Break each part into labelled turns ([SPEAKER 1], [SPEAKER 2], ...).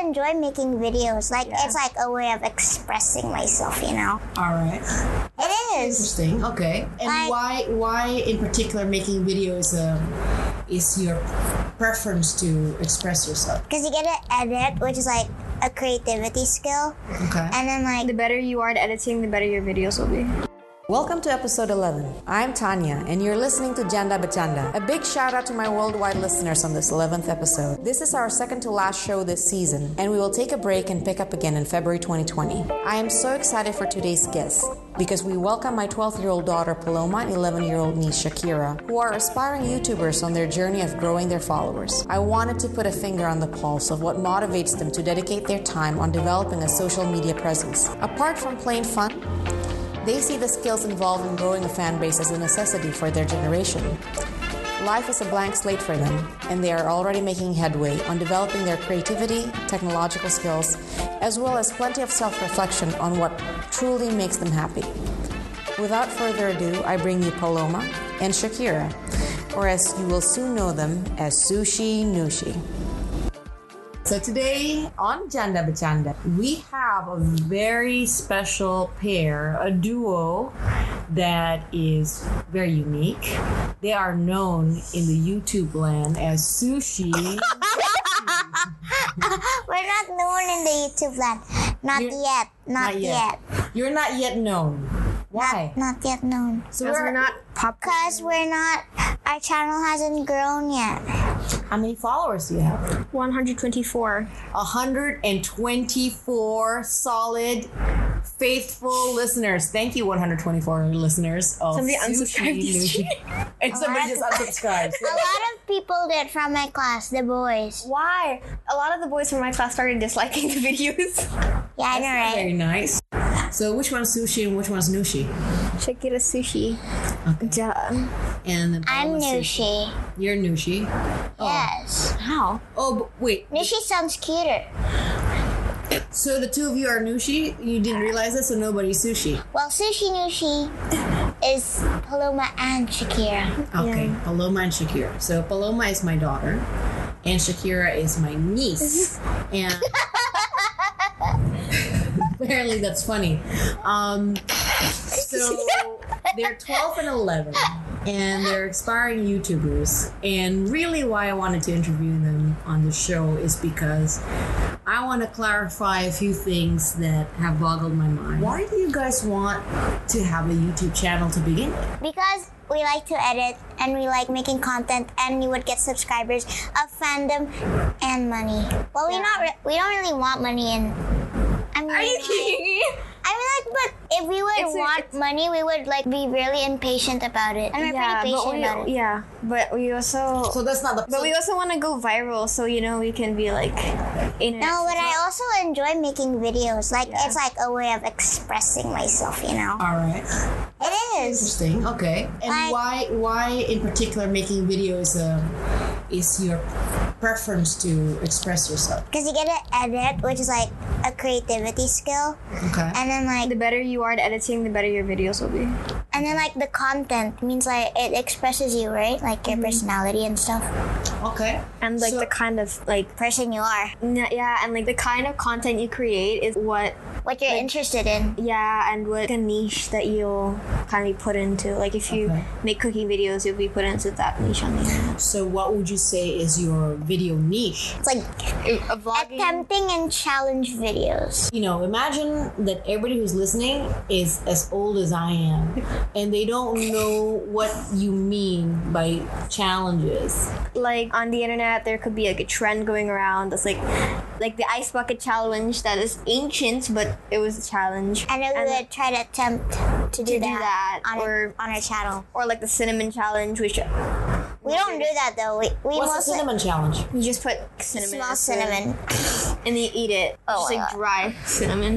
[SPEAKER 1] enjoy making videos. Like
[SPEAKER 2] Yeah.
[SPEAKER 1] it's like a way of expressing myself, you know.
[SPEAKER 2] All right.
[SPEAKER 1] It is.
[SPEAKER 2] Interesting. Okay. And
[SPEAKER 1] Like-
[SPEAKER 2] why why in particular making videos um, is your preference to express yourself?
[SPEAKER 1] Because you get to edit, which is like a creativity skill.
[SPEAKER 2] Okay.
[SPEAKER 1] And then like
[SPEAKER 3] The better you are at editing, the better your videos will be.
[SPEAKER 4] Welcome to episode 11. I'm Tanya, and you're listening to Janda Bachanda. A big shout out to my worldwide listeners on this 11th episode. This is our second to last show this season, and we will take a break and pick up again in February 2020. I am so excited for today's guest because we welcome my 12 year old daughter Paloma and 11 year old niece Shakira, who are aspiring YouTubers on their journey of growing their followers. I wanted to put a finger on the pulse of what motivates them to dedicate their time on developing a social media presence. Apart from plain fun, they see the skills involved in growing a fan base as a necessity for their generation. Life is a blank slate for them, and they are already making headway on developing their creativity, technological skills, as well as plenty of self reflection on what truly makes them happy. Without further ado, I bring you Paloma and Shakira, or as you will soon know them as Sushi Nushi. So today on Janda Bachanda,
[SPEAKER 2] we have a very special pair, a duo that is very unique. They are known in the YouTube land as Sushi.
[SPEAKER 1] we're not known in the YouTube land. Not
[SPEAKER 2] You're-
[SPEAKER 1] yet. Not, yet.
[SPEAKER 2] You're not yet known. Why?
[SPEAKER 1] Not yet known.
[SPEAKER 2] So
[SPEAKER 3] Because we're not pop.
[SPEAKER 1] Cause we're not. Our channel hasn't grown yet.
[SPEAKER 2] How many followers do you have?
[SPEAKER 3] 124.
[SPEAKER 2] 124 solid, faithful listeners. Thank you, 124 listeners. Of
[SPEAKER 3] Somebody unsubscribed
[SPEAKER 2] Sushi Nushi. and somebody just unsubscribed.
[SPEAKER 1] A lot of people did from my class, the boys.
[SPEAKER 3] Why? A lot of the boys from my class started disliking the videos.
[SPEAKER 1] Yeah, I know, right?
[SPEAKER 2] Very nice. So which one's sushi and which one's nushi?
[SPEAKER 3] Check it a sushi. Duh.
[SPEAKER 2] And the
[SPEAKER 1] I'm
[SPEAKER 2] bottom is sushi.
[SPEAKER 1] Nushi.
[SPEAKER 2] You're nushi.
[SPEAKER 1] Yes.
[SPEAKER 3] How?
[SPEAKER 2] Oh, but wait.
[SPEAKER 1] Nushi sounds cuter.
[SPEAKER 2] So the two of you are nushi. You didn't realize this, so nobody's sushi.
[SPEAKER 1] Well, Sushi Nushi is Paloma and Shakira.
[SPEAKER 2] Okay. Paloma and Shakira. So Paloma is my daughter, and Shakira is my niece. and apparently that's funny. Um, so they're 12 and 11, and they're aspiring YouTubers. And really, why I wanted to interview them on the show is because I want to clarify a few things that have boggled my mind. Why do you guys want to have a YouTube channel to begin with?
[SPEAKER 1] Because we like to edit and we like making content and we would get subscribers of fandom and money. Well, we not re- we don't really want money in. I mean, I mean, like, but if we would
[SPEAKER 3] It's a-
[SPEAKER 1] want money, we would like be really impatient about it, and we're
[SPEAKER 3] Yeah,
[SPEAKER 1] pretty
[SPEAKER 3] but
[SPEAKER 1] patient about
[SPEAKER 3] we,
[SPEAKER 1] it.
[SPEAKER 3] yeah, but we also.
[SPEAKER 2] So that's not the.
[SPEAKER 3] But we also want to go viral, so you know we can be like, in
[SPEAKER 1] No, but I also enjoy making videos. Like,
[SPEAKER 3] Yeah.
[SPEAKER 1] it's like a way of expressing myself, you know.
[SPEAKER 2] All right.
[SPEAKER 1] It is.
[SPEAKER 2] Interesting. Okay. And
[SPEAKER 1] Like-
[SPEAKER 2] why why in particular making videos um, is your preference to express yourself?
[SPEAKER 1] Because you get to edit, which is like a creativity skill,
[SPEAKER 2] Okay.
[SPEAKER 1] and then like
[SPEAKER 3] the better you are at editing, the better your videos will be.
[SPEAKER 1] and then like the content means like it expresses you, right? Like your personality and stuff,
[SPEAKER 2] Okay.
[SPEAKER 3] And like
[SPEAKER 2] So-
[SPEAKER 3] the kind of like,
[SPEAKER 1] person you are,
[SPEAKER 3] n- yeah, and like the kind of content you create is what,
[SPEAKER 1] what you're interested in.
[SPEAKER 3] yeah, and what a niche that you'll kind of be put into. Like if you
[SPEAKER 2] Okay.
[SPEAKER 3] make cooking videos, you'll be put into that niche on the internet.
[SPEAKER 2] So what would you say is your video niche?
[SPEAKER 1] It's like
[SPEAKER 3] A vlogging.
[SPEAKER 1] attempting and challenge videos.
[SPEAKER 2] You know, imagine that everybody who's listening is as old as I am and they don't know what you mean by challenges.
[SPEAKER 3] like on the internet there could be like a trend going around that's like like the ice bucket challenge that is ancient but it was a challenge
[SPEAKER 1] And then we would try to attempt to do,
[SPEAKER 3] do that,
[SPEAKER 1] on
[SPEAKER 3] or-
[SPEAKER 1] on our channel.
[SPEAKER 3] or like the cinnamon challenge which you
[SPEAKER 1] We don't do that though. We we
[SPEAKER 2] What's the
[SPEAKER 1] mostly
[SPEAKER 2] cinnamon challenge?
[SPEAKER 3] just put cinnamon in
[SPEAKER 1] small
[SPEAKER 3] a
[SPEAKER 1] cinnamon,
[SPEAKER 3] and then you eat it
[SPEAKER 1] Oh
[SPEAKER 3] just
[SPEAKER 1] my
[SPEAKER 3] like
[SPEAKER 1] God.
[SPEAKER 3] dry cinnamon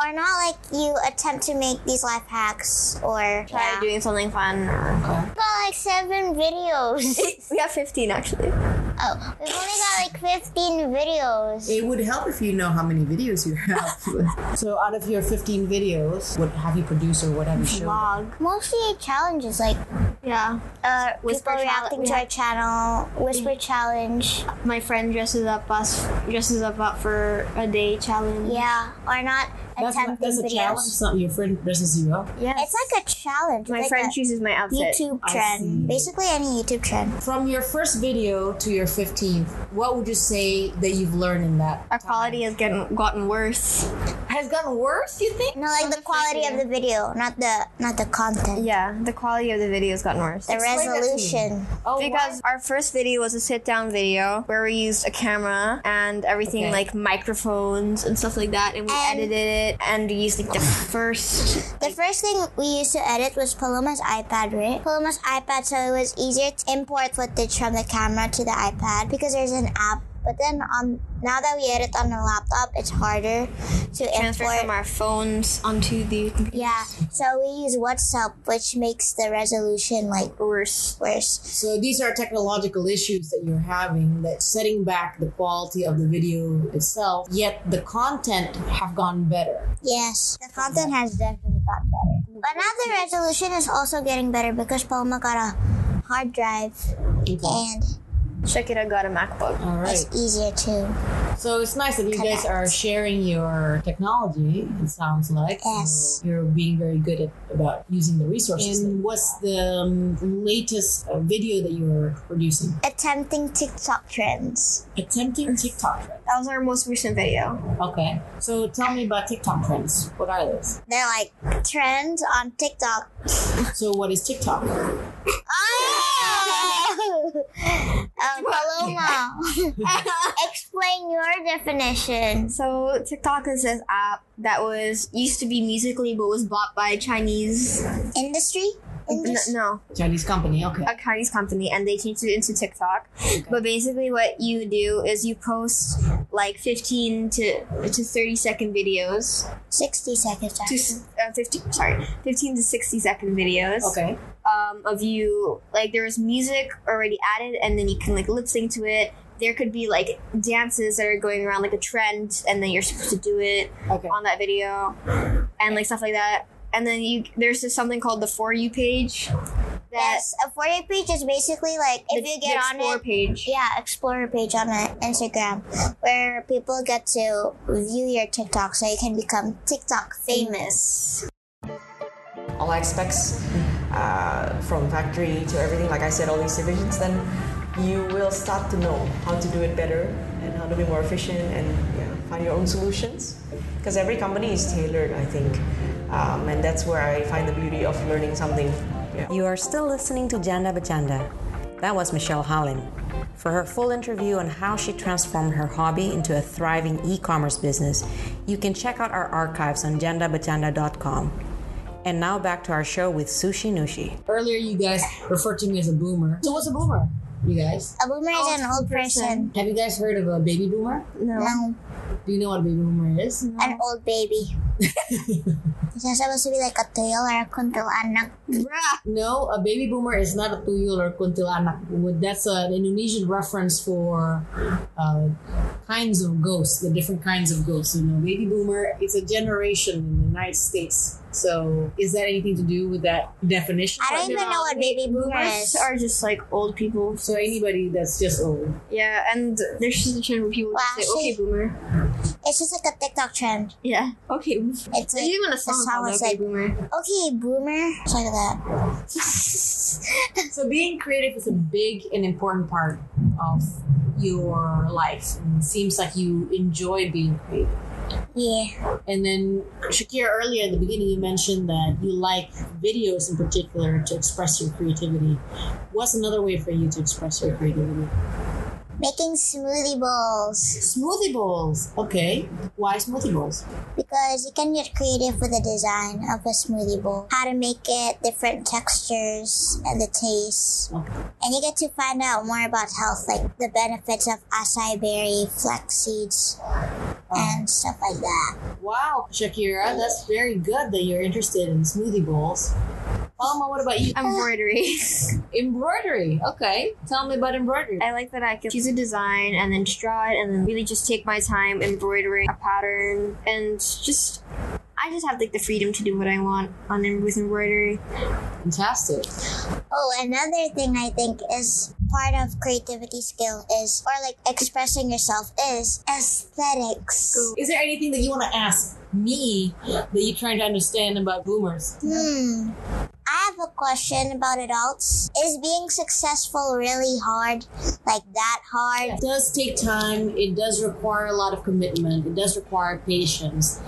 [SPEAKER 1] or not like you attempt to make these life hacks or
[SPEAKER 3] try
[SPEAKER 1] yeah.
[SPEAKER 3] doing something fun or
[SPEAKER 1] We got like seven videos.
[SPEAKER 3] we have 15 actually
[SPEAKER 1] Oh, we've only got like 15 videos.
[SPEAKER 2] It would help if you know how many videos you have. so out of your 15 videos, what have you produced or what have you shown?
[SPEAKER 3] vlog
[SPEAKER 1] Mostly challenges like
[SPEAKER 3] Yeah.
[SPEAKER 1] Uh,
[SPEAKER 3] Whisper
[SPEAKER 1] people
[SPEAKER 3] chal-
[SPEAKER 1] reacting
[SPEAKER 3] we
[SPEAKER 1] to
[SPEAKER 3] had-
[SPEAKER 1] our channel, whisper challenge.
[SPEAKER 3] My friend dresses up us dresses up up for a day challenge.
[SPEAKER 1] Yeah, or not
[SPEAKER 2] That's,
[SPEAKER 1] attempting
[SPEAKER 2] that's a challenge.
[SPEAKER 1] videos.
[SPEAKER 2] It's not your friend dresses you up.
[SPEAKER 3] Yes.
[SPEAKER 1] It's like a challenge.
[SPEAKER 3] my
[SPEAKER 1] it's
[SPEAKER 3] friend
[SPEAKER 1] like a
[SPEAKER 3] chooses my outfit.
[SPEAKER 1] YouTube
[SPEAKER 2] I see.
[SPEAKER 1] trend. Basically, any YouTube trend.
[SPEAKER 2] From your first video to your 15th, what would you say that you've learned in that?
[SPEAKER 3] Our quality has gotten gotten worse.
[SPEAKER 2] Has gotten worse, you think?
[SPEAKER 1] No, like the quality of the video, not the not the content.
[SPEAKER 3] Yeah, the quality of the video has gotten worse.
[SPEAKER 1] The
[SPEAKER 2] Explain that to me.
[SPEAKER 1] resolution.
[SPEAKER 2] Oh,
[SPEAKER 3] Because our first video was a sit down video where we used a camera and everything
[SPEAKER 2] Okay.
[SPEAKER 3] like microphones and stuff like that, and we
[SPEAKER 1] And-
[SPEAKER 3] edited it and we used like the first.
[SPEAKER 1] The first thing we used to edit was Paloma's iPad, right? Paloma's iPad, so it was easier to import footage from the camera to the iPad because there's an app. But then on now that we edit on the laptop, it's harder to
[SPEAKER 3] Transfer
[SPEAKER 1] import.
[SPEAKER 3] from our phones onto the computer.
[SPEAKER 1] yeah, so we use WhatsApp, which makes the resolution like
[SPEAKER 3] Worse.
[SPEAKER 1] worse.
[SPEAKER 2] So these are technological issues that you're having that's setting back the quality of the video itself, yet the content have gone better.
[SPEAKER 1] Yes, the content has definitely got better. But now the resolution is also getting better because Paloma got a hard drive
[SPEAKER 2] Okay.
[SPEAKER 1] and
[SPEAKER 3] Shakira got a MacBook.
[SPEAKER 2] All right.
[SPEAKER 1] it's easier too.
[SPEAKER 2] So it's nice that you guys are sharing your technology, it sounds like.
[SPEAKER 1] Yes.
[SPEAKER 2] So you're being very good at about using the resources. And what's the um, latest uh, video that you're producing?
[SPEAKER 1] Attempting TikTok trends.
[SPEAKER 2] Attempting TikTok trends.
[SPEAKER 3] That was our most recent video.
[SPEAKER 2] Okay. So tell me about TikTok trends. What are those?
[SPEAKER 1] They're like trends on TikTok.
[SPEAKER 2] So what is TikTok?
[SPEAKER 1] Oh! Uh, Paloma, explain your definition.
[SPEAKER 3] So TikTok is this app that was used to be Musically, but was bought by a Chinese.
[SPEAKER 1] Industry? Indus-
[SPEAKER 3] N- no,
[SPEAKER 2] Chinese company. Okay.
[SPEAKER 3] a Chinese company and they changed it into TikTok. But basically, what you do is you post like 15 to to 30 second videos
[SPEAKER 1] 60 seconds.
[SPEAKER 3] to s- uh, 15 sorry 15 to 60 second videos
[SPEAKER 2] Okay.
[SPEAKER 3] um, of you like there was music already added and then you can like lip sync to it. There could be like dances that are going around like a trend and then you're supposed to do it
[SPEAKER 2] Okay.
[SPEAKER 3] on that video and like stuff like that. And then you there's this something called the for you page that
[SPEAKER 1] Yes, a 40 page is basically like if
[SPEAKER 3] the-
[SPEAKER 1] you get
[SPEAKER 3] the
[SPEAKER 1] on
[SPEAKER 3] explore
[SPEAKER 1] it,
[SPEAKER 3] page.
[SPEAKER 1] Yeah, explore your page on uh, Instagram where people get to view your TikTok so you can become TikTok famous.
[SPEAKER 5] all aspects uh, from factory to everything like i said all these divisions then you will start to know how to do it better and how to be more efficient and yeah, find your own solutions because every company is tailored i think um, and that's where i find the beauty of learning something yeah.
[SPEAKER 4] You are still listening to Janda Bajanda. That was Michelle Holland. For her full interview on how she transformed her hobby into a thriving e commerce business, you can check out our archives on jandabajanda.com. And now back to our show with Sushi Nushi.
[SPEAKER 2] Earlier, you guys referred to me as a boomer. So what's a boomer? You guys.
[SPEAKER 1] A boomer
[SPEAKER 3] Oh,
[SPEAKER 1] is an old person.
[SPEAKER 2] Have you guys heard of a baby boomer?
[SPEAKER 1] No,
[SPEAKER 2] Do you know what a baby boomer is?
[SPEAKER 1] an old baby. it's not supposed to be like a tail or a kuntilanak.
[SPEAKER 2] No, a baby boomer is not a tuyul or kuntilanak. That's an Indonesian reference for uh, kinds of ghosts, the different kinds of ghosts. You know, baby boomer, it's a generation in the United States. So, is that anything to do with that definition?
[SPEAKER 1] I don't even know what baby boomer
[SPEAKER 3] Boomers
[SPEAKER 1] is.
[SPEAKER 3] are just like old people.
[SPEAKER 2] so, anybody that's just old.
[SPEAKER 3] Yeah, and there's just a trend where people
[SPEAKER 1] Well,
[SPEAKER 3] just say,
[SPEAKER 1] actually-
[SPEAKER 3] "Okay, boomer."
[SPEAKER 1] It's just like a TikTok trend.
[SPEAKER 3] Yeah, okay. Boomer.
[SPEAKER 1] It's
[SPEAKER 3] There's
[SPEAKER 1] like,
[SPEAKER 3] even a song
[SPEAKER 1] song
[SPEAKER 3] called
[SPEAKER 1] is
[SPEAKER 3] "Okay,
[SPEAKER 1] like-
[SPEAKER 3] Boomer."
[SPEAKER 1] okay, boomer. It's like that.
[SPEAKER 2] So, being creative is a big and important part of your life. And it seems like you enjoy being creative.
[SPEAKER 1] Yeah.
[SPEAKER 2] And then Shakira earlier at the beginning you mentioned that you like videos in particular to express your creativity. What's another way for you to express your creativity?
[SPEAKER 1] Making smoothie bowls
[SPEAKER 2] Smoothie bowls. Okay. Why smoothie bowls?
[SPEAKER 1] because you can get creative with the design of a smoothie bowl. How to make it, different textures, and the taste.
[SPEAKER 2] Okay.
[SPEAKER 1] and you get to find out more about health, like the benefits of acai berry, flax seeds, and stuff like that.
[SPEAKER 2] Wow, Shakira, that's very good that you're interested in smoothie bowls. Alma, what about you?
[SPEAKER 3] Embroidery.
[SPEAKER 2] Embroidery. Okay. Tell me about embroidery.
[SPEAKER 3] I like that I can choose a design and then just draw it, and then really just take my time embroidering a pattern, and just I just have like the freedom to do what I want on with embroidery.
[SPEAKER 2] Fantastic.
[SPEAKER 1] Oh, another thing I think is part of creativity skill is, or like expressing yourself is aesthetics.
[SPEAKER 2] Is there anything that you want to ask me that you're trying to understand about boomers?
[SPEAKER 1] Hmm. I have a question about adults. Is being successful really hard? Like that hard?
[SPEAKER 2] It does take time. It does require a lot of commitment. It does require patience.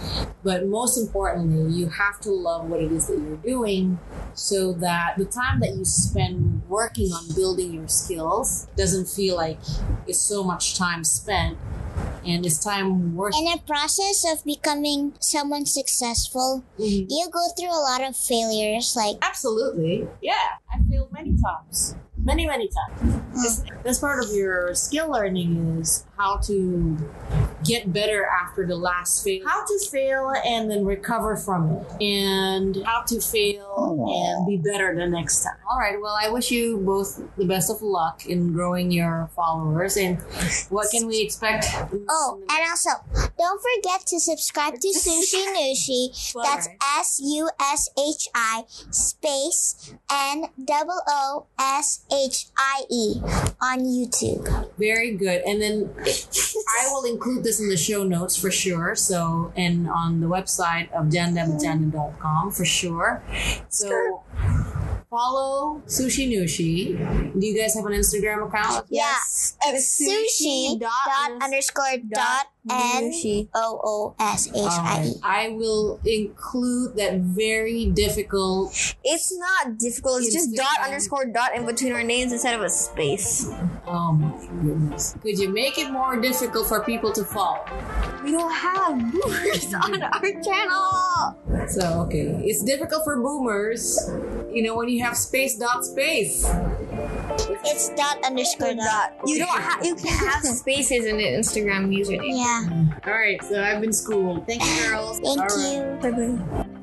[SPEAKER 2] But most importantly, you have to love what it is that you're doing so that the time that you spend working on building your skills doesn't feel like it's so much time spent and it's time working.
[SPEAKER 1] In a process of becoming someone successful, you go through a lot of failures. Like,
[SPEAKER 2] Absolutely. Yeah. I failed many times. Many, many times. That's- That's part of your skill learning is how to get better after the last fail. How to fail and then recover from it. And how to fail and be better the next time. All right. Well, I wish you both the best of luck in growing your followers. And what can we expect?
[SPEAKER 1] oh, and also, don't forget to subscribe to Sushi Nushi. That's S U S H I space N double O S H I E on YouTube.
[SPEAKER 2] Very good. And then I will include this in the show notes for sure. So, and on the website of jandabajanda.com for sure. So, follow Sushi Nushi. Do you guys have an Instagram account?
[SPEAKER 1] Yes. Yeah, it's sushi, dot, underscore dot n o o s h
[SPEAKER 2] All
[SPEAKER 1] i
[SPEAKER 2] right.
[SPEAKER 1] e.
[SPEAKER 2] I will include that very difficult.
[SPEAKER 3] It's not difficult. It's just dot underscore dot in between our names instead of a space.
[SPEAKER 2] Oh my goodness. Could you make it more difficult for people to follow?
[SPEAKER 3] We don't have boomers on our channel.
[SPEAKER 2] So, okay. It's difficult for boomers, you know, when you have space dot space.
[SPEAKER 1] It's dot underscore dot.
[SPEAKER 3] You don't have. You can have spaces in an Instagram username.
[SPEAKER 1] Yeah.
[SPEAKER 2] All right, so I've been schooled. Thank you, girls.
[SPEAKER 1] Thank
[SPEAKER 2] All right.
[SPEAKER 1] you.
[SPEAKER 3] Bye bye.